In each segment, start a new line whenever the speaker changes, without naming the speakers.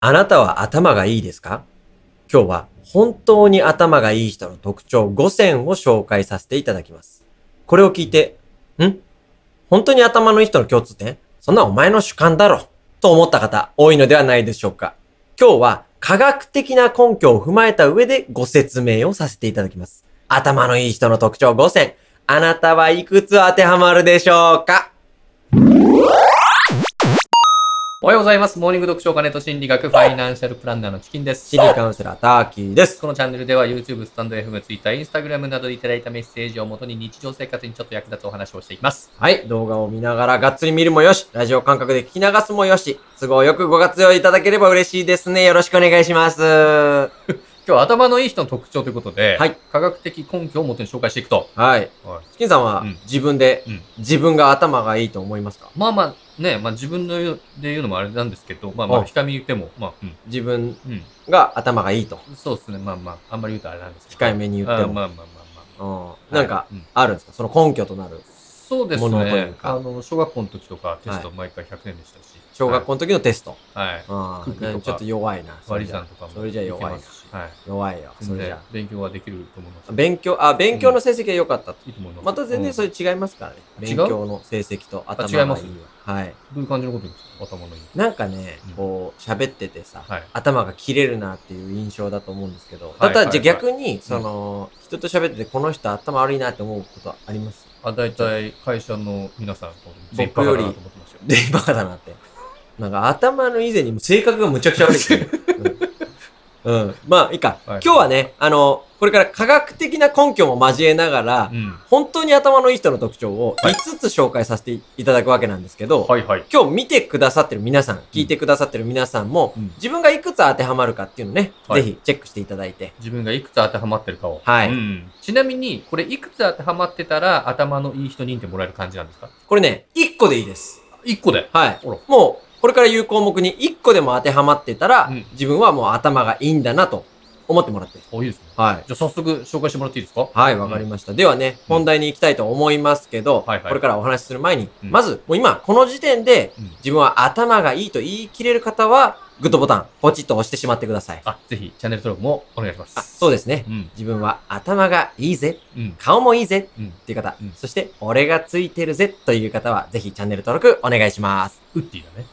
あなたは頭がいいですか今日は本当に頭がいい人の特徴5選を紹介させていただきます。これを聞いて、ん本当に頭のいい人の共通点そんなお前の主観だろと思った方多いのではないでしょうか。今日は科学的な根拠を踏まえた上でご説明をさせていただきます。頭のいい人の特徴5選。あなたはいくつ当てはまるでしょうか
おはようございます。モーニング読書お金と心理学ファイナンシャルプランナーのチキンです。
心理カウンセラーターキーです。
このチャンネルでは YouTube、スタンド FM、Twitter、Instagram などでいただいたメッセージをもとに日常生活にちょっと役立つお話をしていきます。
はい。動画を見ながらがっつり見るもよし、ラジオ感覚で聞き流すもよし、都合よくご活用いただければ嬉しいですね。よろしくお願いします。は
今日は頭のいい人の特徴ということで、
はい
科学的根拠をもとに紹介していくと。
い。チキンさんは
うん
自分で、
うん
自分が頭がいいと思いますか
まあまあね、まあ自分の言うで言うのもあれなんですけど、まあま
う
あ、
ん
ひかみ言っても、まあ、うん。
自分
うん
が頭がいいと。
そうですね。まあまあ、あんまり言うとあれなんですけど。
控えめに言っても
あまあまあまあま
うん、
あ。
なんか、
はい、うん
あるんですかその根拠となる。
そうです
ものという
ね。
か
あの、小学校の時とかテスト毎回100点でしたし。
小学校の時のテスト。
はい。はい
あ
クッキーとか
ちょっと弱いな。
割り算とかも。
それじゃ弱いな。
はい。
弱いよ。そ
全
れじ
然
ゃ
勉強はできると思います。
勉強、あ、勉強の成績が良かったと。
いいと思います。
また全然それ
うん
違いますからね。
違
勉
う
強の成績と頭がいいは。
あ違います
はい。
どういう感じのこと言うんですか頭のいい。
なんかね、
うん
こう、喋っててさ、
はい
頭が切れるなっていう印象だと思うんですけど、
いはい
だったらじゃあ逆に、その、人と喋ってて、この人頭悪いなって思うことあります
あ、大体会社の皆さんと
僕より
全員バカだなと思ってますよ。
で、バカだなって。なんか頭の以前にも性格がむちゃくちゃ悪いっていう。うん、うんまあ、いいか、
はい
今日はね、あの、これから科学的な根拠も交えながら、
うん。
本当に頭のいい人の特徴を5つ紹介させていただくわけなんですけど、
はいはい。
今日見てくださってる皆さん、聞いてくださってる皆さんも、
うん
自分がいくつ当てはまるかっていうのね、
はい
ぜひチェックしていただいて。
自分がいくつ当てはまってるかを。
はい
うんちなみに、これいくつ当てはまってたら頭のいい人認定もらえる感じなんですか
これね、1個でいいです。
一個で。
はい
ほら。
もう、これから言う項目に1個でも当てはまってたら、
うん
自分はもう頭がいいんだなと思ってもらって。
お、いいですね。
はい。
じゃあ早速紹介してもらっていいですか
はい、わかりました。ではね、
うん
本題に行きたいと思いますけど、
はいはい
これからお話しする前に、
うん
まず、もう今、この時点で、
うん
自分は頭がいいと言い切れる方は、グッドボタン、ポチッと押してしまってください。
あ、ぜひチャンネル登録もお願いしま
あ、
す。
そうですね。
うん。
自分は頭がいいぜ
うん。
顔もいいぜ
う
っ
ん
ていう方、
うん
そして俺がついてるぜという方は、ぜひチャンネル登録お願いします。
ウッディだね。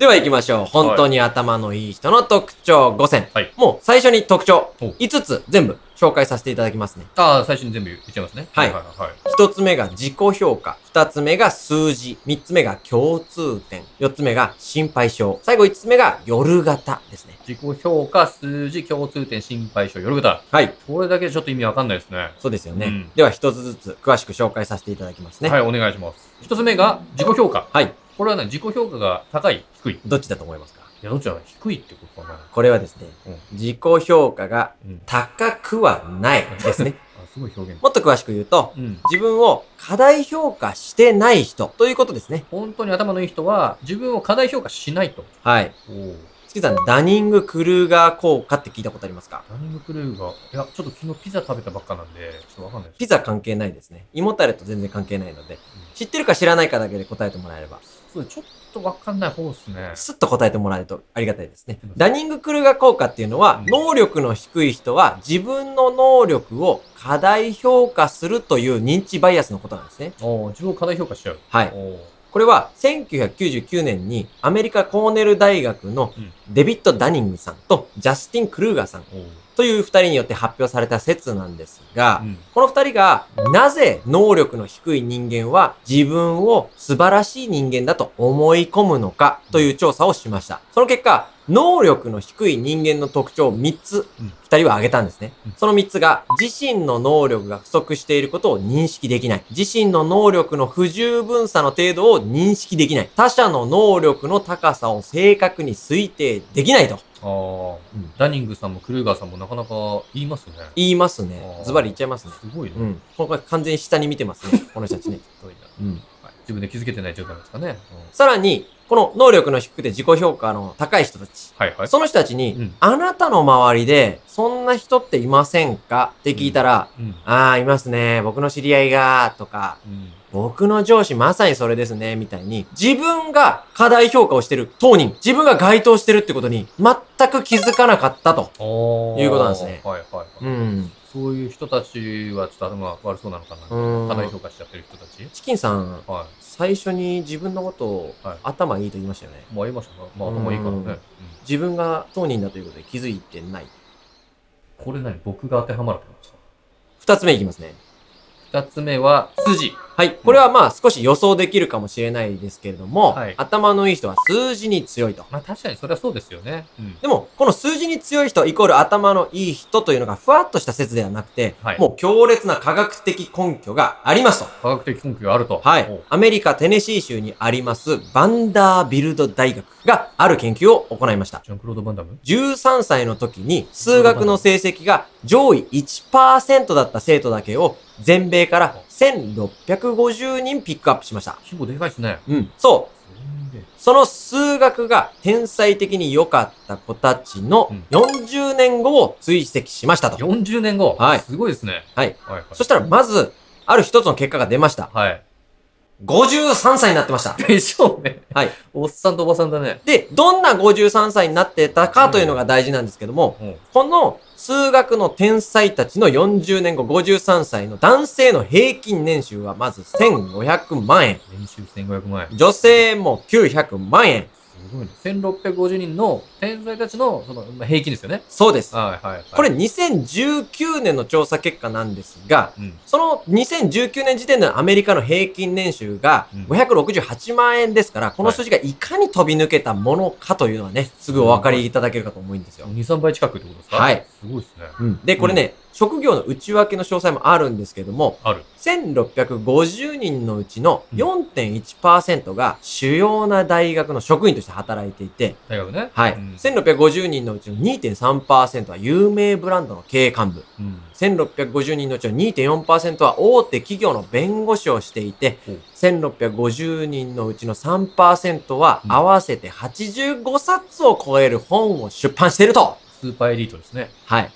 では行きましょう。本当に頭のいい人の特徴5選。
はい
もう最初に特徴
お
5つ全部紹介させていただきますね。
ああ、最初に全部言っちゃいますね。
はい
はいはい。
1つ目が自己評価。2つ目が数字。3つ目が共通点。4つ目が心配性。最後5つ目が夜型ですね。
自己評価、数字、共通点、心配性、夜型。
はい。
これだけじゃちょっと意味わかんないですね。
そうですよね。
うん
では1つずつ詳しく紹介させていただきますね。
はい、お願いします。一つ目が自己評価。
はい。
これはね、自己評価が高い、低い。い
どっちだと思いますか
や、どっちだろう低いってことかな。
これはですね、
うん
自己評価が
うん。
高くはないですね。
あ、すごい表現。
もっと詳しく言うと、
うん。
自分を過大評価してない人ということですね。
本当に頭のいい人は、自分を過大評価しないと。
はい。
おお。
月さん、ダニング・クルーガー効果って聞いたことありますか
ダニングクルーが、いや、ちょっと昨日ピザ食べたばっかなんで、ちょっとわかんないです。
ピザ関係ないですね。胃もたれと全然関係ないので、知ってるか知らないかだけで答えてもらえれば、
そう、ちょっとわかんない方ですね。
スッと答えてもらえるとありがたいですね
うん。
ダニング・クルーガー効果っていうのは、
うん
能力の低い人は自分の能力を過大評価するという認知バイアスのことなんですね。
おお、自分を過大評価しちゃう。
はい。
おお。
これは1999年にアメリカコーネル大学の
うん
デビッド・ダニングさんとジャスティン・クルーガーさん
おお。
という二人によって発表された説なんですが、
うん。
この二人がなぜ能力の低い人間は自分を素晴らしい人間だと思い込むのかという調査をしました。その結果、能力の低い人間の特徴を3つ
うん、
二人は挙げたんですね
うん。
その3つが、自身の能力が不足していることを認識できない。自身の能力の不十分さの程度を認識できない。他者の能力の高さを正確に推定できないと
ああ、
うん
ダニングさんもクルーガーさんもなかなか言いますね。
言いますね
あ。ー
ズバリ言っちゃいますね。
すごいね。
う
ひ
ん。ここは完全に下に見てます ね。この人たちね。
どいな
うん。
はい自分で気づけてない状態なんですかね。うん
さらに、この能力の低くて自己評価の高い人たち。
はいはい。
その人たちに、
うん
あなたの周りで、そんな人っていませんかって聞いたら、
うん。
ああ、いますね。僕の知り合いが、とか、
うん。
僕の上司まさにそれですね、みたいに、自分が課題評価をしてる当人、自分が該当してるってことに全く気づかなかったと。
おー
いうことなんですね
はいはいはい。
うん。
そういう人たちはちょっと頭が悪そうなのかな。
うん
課題評価しちゃってる人たち
チキンさん、
は
最初に自分のことを
はい
頭いいと言いましたよね。
い。まあ、今しか、まあ、頭いいからね。
うん
うん
自分が当人だということに気づいてない。
これ何僕が当てはまるってことですか
二つ目いきますね。
二つ目は、筋。
はい。これはまあ少し予想できるかもしれないですけれども、
はい
頭のいい人は数字に強いと。
まあ、確かにそれはそうですよね。うん。
でも、この数字に強い人イコール頭のいい人というのがふわっとした説ではなくて、
はい
もう強烈な科学的根拠がありますと。
科学的根拠があると。
は
お
い。アメリカ・テネシー州にありますバンダービルド大学がある研究を行いました。
ジャンクロード・バンダム
13歳の時に数学の成績が上位1%だった生徒だけを全米から1650人ピックアップしました。
規模でかいですね。
うん。そう。
全米
その数学が天才的に良かった子たちの
うん
40年後を追跡しましたと。
40年後。
はい
すごいですね。
はい。
はい、はい。
そしたらまず、ある一つの結果が出ました。
はい。
53歳になってました。
でしょうね。
はい。
おっさんとおばさんだね。
で、どんな53歳になってたかというのが大事なんですけども、
うん。
この数学の天才たちの40年後53歳の男性の平均年収はまず1500万円。
年収1500万円。
女性も900万円。
すごいね。1650人の天才たちの、その、まあ平均ですよね。
そうです。
はいはいはい。
これ、2019年の調査結果なんですが、
うん。
その2019年時点のアメリカの平均年収が
うん
568万円ですから、この数字がいかに飛び抜けたものかというのはね、すぐお分かりいただけるかと思うんですよ。
2、3倍近くってことですか
はい。
すごいですね。
で、これね、職業の内訳の詳細もあるんですけども、
ある。
1650人のうちの4.1%が主要な大学の職員として働いていて、
大学ね。
はい。
うん。
1650人のうちの2.3%は有名ブランドの経営幹部。
うん
1650人のうちの2.4%は大手企業の弁護士をしていて
うん、
1650人のうちの3%は合わせて85冊を超える本を出版していると。
スーパーエリートですね。
はい。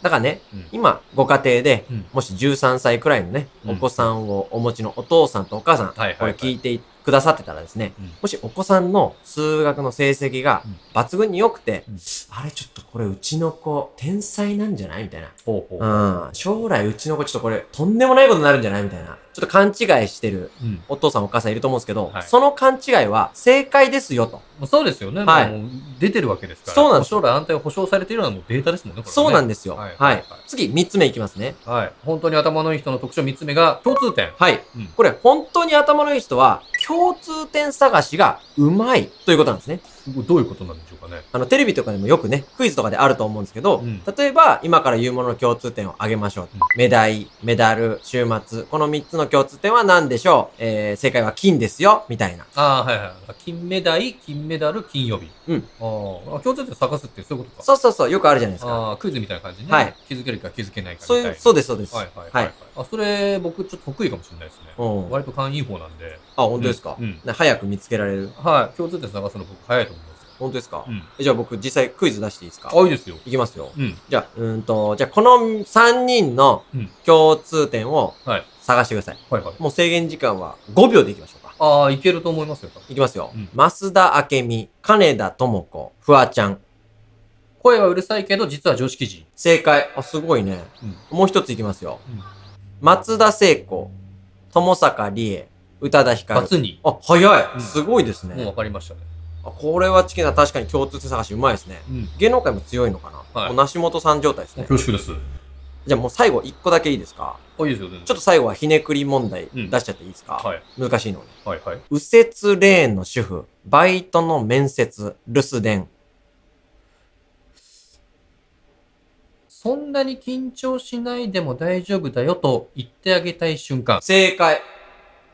だからね、
うん
今、ご家庭で、
うん
もし13歳くらいのね、
うん
お子さんをお持ちのお父さんとお母さん、
はいはい
こ
は
れ
い
聞いてくださってたらですね、
うん
もしお子さんの数学の成績が
うん
抜群に良くて、
うん
あれちょっとこれうちの子、天才なんじゃないみたいな。
ほうほう。
うん、将来うちの子ちょっとこれとんでもないことになるんじゃないみたいな。ちょっと勘違いしてる
うん。
お父さんお母さんいると思うんですけど、
はい
その勘違いは正解ですよと。
まあそうですよね。
はい
もう出てるわけですから。
そうなんです
将来安定を保証されているのはもうデータですもんね、これね
そうなんですよ。
は
はいい。
はいはい
次、3つ目いきますね。
はい。本当に頭のいい人の特徴3つ目が共通点。
はい。
うん
これ、本当に頭のいい人は、共通点探しがうまいということなんですね。
どういうことなんでしょうかね。
あの、テレビとかでもよくね、クイズとかであると思うんですけど、
うん
例えば、今から言うものの共通点を挙げましょう。
うん
メダイ、メダル、週末、この3つの共通点は何でしょうえー、正解は金ですよ、みたいな。
ああ、はいはい。金メダイ、金メダル、金曜日。
うん
あーあ、共通点探すってそういうことか。
そうそうそう、よくあるじゃないですか。
ああ、クイズみたいな感じね。
はい
気づけるか気づけないか
そう
み
い、
たいうな。
そう
う
です、そうです。
はいはいはい、は
はい
い。あ、それ僕ちょっと得意かもしれないですね。
うん
割と勘いい方なんで。
あ、本当ですか、
うんうん
な早く見つけられる。
はい。共通点探すの僕早いと思いますよ。
本当ですか、
うん。
えじゃあ僕、実際クイズ出していいですか
あ、いいですよ。
いきますよ。
うん。
じゃあ、うーんと、じゃあこの3人の
うん
共通点を
はい
探してください。
はいはい。
もう制限時間は5秒でいきましょうか。
ああ、いけると思いますよ。多分
いきますよ。
うん
増田明美、金田智子、フワちゃん。
声はうるさいけど、実は常識人。
正解。あ、すごいね。もう一ついきますよ。
うん
松田聖子、友坂理恵、宇多田ヒカル
バ。ツに。
あ、早
う
い。
ん
すごいです
もう
ね
分。かりましたね。
あこれはチキンさん確かに共通点探しうまいですね。
うん。
芸能界も強いのかな、
はい
もう梨本さん状態ですね。
恐縮です。
じゃあもう最後1個だけいいですか
あ、いいですよ、全然。
ちょっと最後はひねくり問題
うん
出しちゃっていいですか、
はい。
難しいのね。
はい、はい。
右折レーンの主婦、バイトの面接、留守電。
そんなに緊張しないでも大丈夫だよと言ってあげたい瞬間。あ
正解。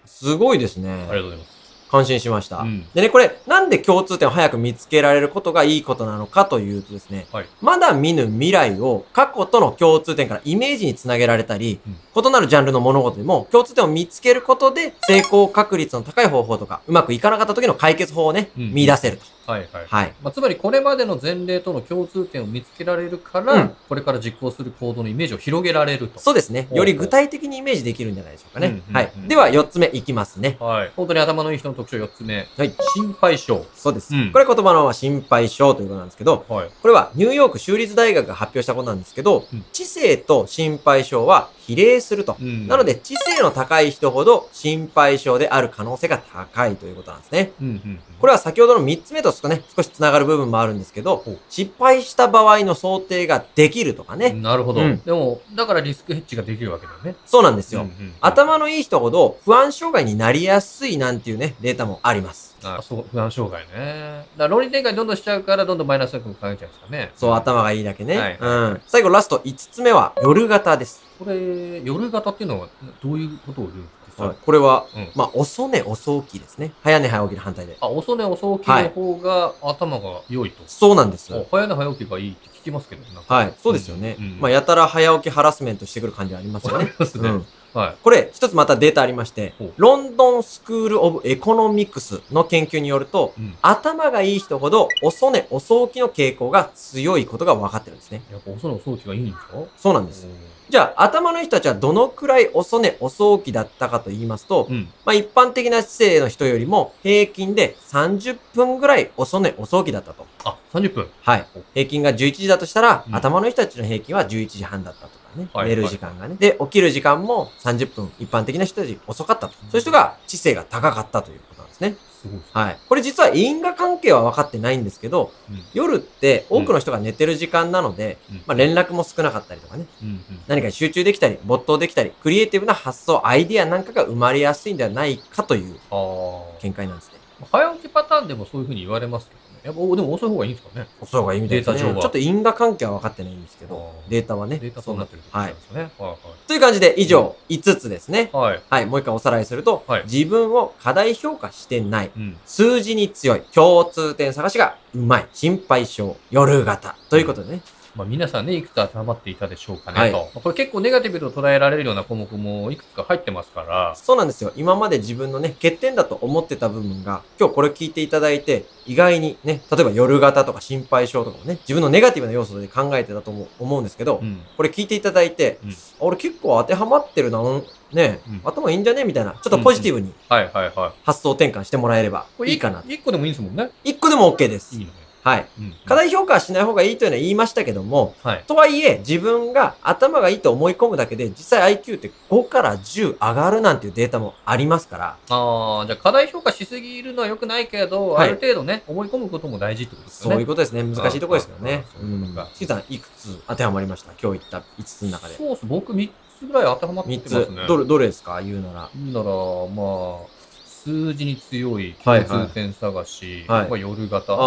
すごいですね
り。がとうございます。
感心しました。
うん
でね、これ、なんで共通点を早く見つけられることがいいことなのかというとですね、
はい
まだ見ぬ未来を過去との共通点からイメージにつなげられたり、
うん
異なるジャンルの物事でも共通点を見つけることで成功確率の高い方法とか、うまくいかなかった時の解決法をね、
うん
見出せると。
はいはい。
はい。
まあ、つまりこれまでの前例との共通点を見つけられるから、
うん
これから実行する行動のイメージを広げられると。
そうですね。
ほう
より具体的にイメージできるんじゃないでしょうか
うん
ね
うんう。ん
はい。では、4つ目いきますね。
はい。本当に頭のいい人の特徴4つ目。
はい。
心配性。
そうです。
うん
これ言葉のまま心配性ということなんですけど、
はい。
これはニューヨーク州立大学が発表したことなんですけど
うん、
知性と心配性は比例すると。
うん
なの、で、知性の高い人ほど心配性である可能性が高いということなんですね。
うんうんうん、
これは先ほどの3つ目とね、少し繋がる部分もあるんですけど
ほう、
失敗した場合の想定ができるとかね。
なるほど、
うん
でも、だからリスクヘッジができるわけだよね。
そうなんですよ。
うんうんうん
頭のいい人ほど不安障害になりやすいなんていうね、データもあります。
あそう、不安障害ね。だから論理展開どんどんしちゃうから、どんどんマイナス力も考えちゃうんですかね。
そう、。頭がいいだけね。
はい
うん。最後、ラスト5つ目は、夜型です。
これ、夜型っていうのは、どういうことを言うんですか、
これは、
うん
まあ、遅寝、遅起きですね。早寝、早起きの反対で。
あ、遅寝遅起きの方が頭が良いと。
そうなんです。
お早寝早起きがいいって聞きますけどね、なんか
はい。そうですよね。
うん
まあ、やたら早起きハラスメントしてくる感じはありますよ
わか
ね。
りますね。
うん
はい。
これ、一つまたデータありまして
ほう、
ロンドンスクール・オブ・エコノミクスの研究によると、
うん
頭がいい人ほど遅寝遅起きの傾向が強いことが分かってるんですね。
やっぱ遅寝遅起きがいいんですか
そうなんです。じゃあ、頭のいい人たちはどのくらい遅寝遅起きだったかと言いますと、
うん。
まあ一般的な姿勢の人よりも平均で30分ぐらい遅寝遅起きだったと。
あ、30分。
はい。平均が11時だとしたら、
うん
頭の人たちの平均は11時半だったとかね。
はい
寝る時間がね。で、起きる時間も30分、一般的な人たち遅かったと。
うん
そういう人が知性が高かったということなんですね。
すごいですね。
はい。これ実は因果関係は分かってないんですけど、
うん
夜って多くの人が寝てる時間なので、
うん
まあ連絡も少なかったりとかね。
うんうん。
何かに集中できたり、没頭できたり、クリエイティブな発想、アイディアなんかが生まれやすいんではないかという
あー
見解なんですね。
早起きパターンでもそういうふうに言われますけどね。やっぱ、おでも遅い方がいいんですかね。
そうがいいみたいですね。
デ
ち
ータ上
ょ
は
っと因果関係は分かってないんですけ
あ
ど、
ー
データはね。
データそうなってるってこと
は
ないんで。すね。はい
という感じで、以上、5つですね。
はい。はい。
はい、もう一回おさらいすると、
はい
自分を過大評価してない、
うん。
数字に強い、共通点探しがうまい、心配性、夜型、ということでね。
まあ、皆さんね、いくつ当てはまっていたでしょうかね、
はい
と。まあこれ結構ネガティブと捉えられるような項目もいくつか入ってますから、
そうなんですよ。今まで自分のね、欠点だと思ってた部分が、今日これ聞いていただいて、意外にね、例えば夜型とか心配性とかもね、自分のネガティブな要素で考えてたと思う思うんですけど、
うん。
これ聞いていただいて、
うん
あ俺結構当てはまってるな、うんね、
うん
頭いいんじゃねみたいな、ちょっとポジティブに
はいはいはい。
発想転換してもらえれば
これ
いいかな。
一個でもいいんですもんね。
一個でも OK です
いい。のね。
はい。
うん。
過大評価はしない方がいいというのは言いましたけども、
はい。
とはいえ、自分が頭がいいと思い込むだけで、実際 IQ って5から10上がるなんていうデータもありますから、
ああ、じゃあ課題評価しすぎるのは良くないけど、
はい
ある程度ね、思い込むことも大事ってことですよね。
そういうことですね。難しいところですけどね。
あ
う
あそういうんことか。
しんさん、いくつ当てはまりました今日言った5つの中で。
そうっす。僕3つぐらい当てはまって
3
ますね。
つ。どれ、どれですか言うなら。
なら、まあ、数字に強い
はい
共
はい
通点探し、
はい
まあ、夜型。
あ
うん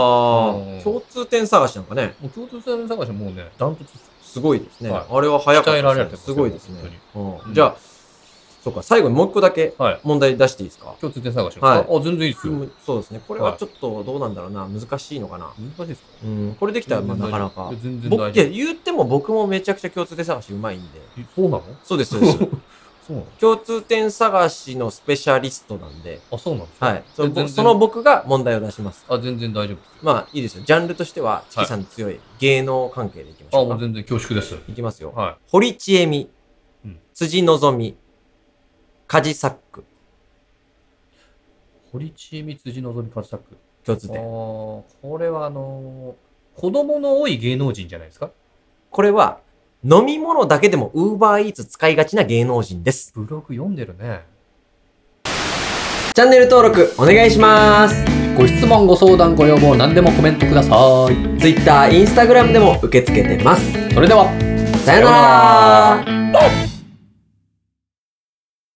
ー、共通点探しなんかね。
もう共通点探しはもうね、ダントツです。
すごいですね。
はい
あれは早か
鍛えら
っ
れ
た
て
で
ますす
ね。
よ
すごいですね。うんじゃあ、そうか、最後にもう一個だけ
はい。
問題出していいですか
共通点探しです
はい
か、あ、全然いいですよ。
そうですね。これはちょっとどうなんだろうな。難しいのかな。
難しいですか
うん、これできたらまあなかなか
いや。全然
僕、
大
いや、
丈
言っても僕もめちゃくちゃ共通点探しうまいんで。
夫。そうなの
そうです、そうです。
そうなの
共通点探しのスペシャリストなんで、
あ、そうなんですか
はい。そ
全然
のその僕が問題を出します。
あ、全然大丈夫ですよ。
まあ、いいですよ。ジャンルとしては、チキさんの強い芸能関係でいきまし
あ、
ょう
もう
か。
全然恐縮です。
いきますよ。
は
堀ちえみ
うん、
辻のみ、カジサック、
い。堀ちえみ辻のぞみ勝作。
共通
あ
点。
ーこれはあのー子供の多い芸能人じゃないですか
これは、飲み物だけでも Uber Eats 使いがちな芸能人です。
ブログ読んでるね。
チャンネル登録お願いします。
ご質問、ご相談、ご要望、何でもコメントください。
Twitter、Instagram でも受け付けてます。
それでは。
さよなら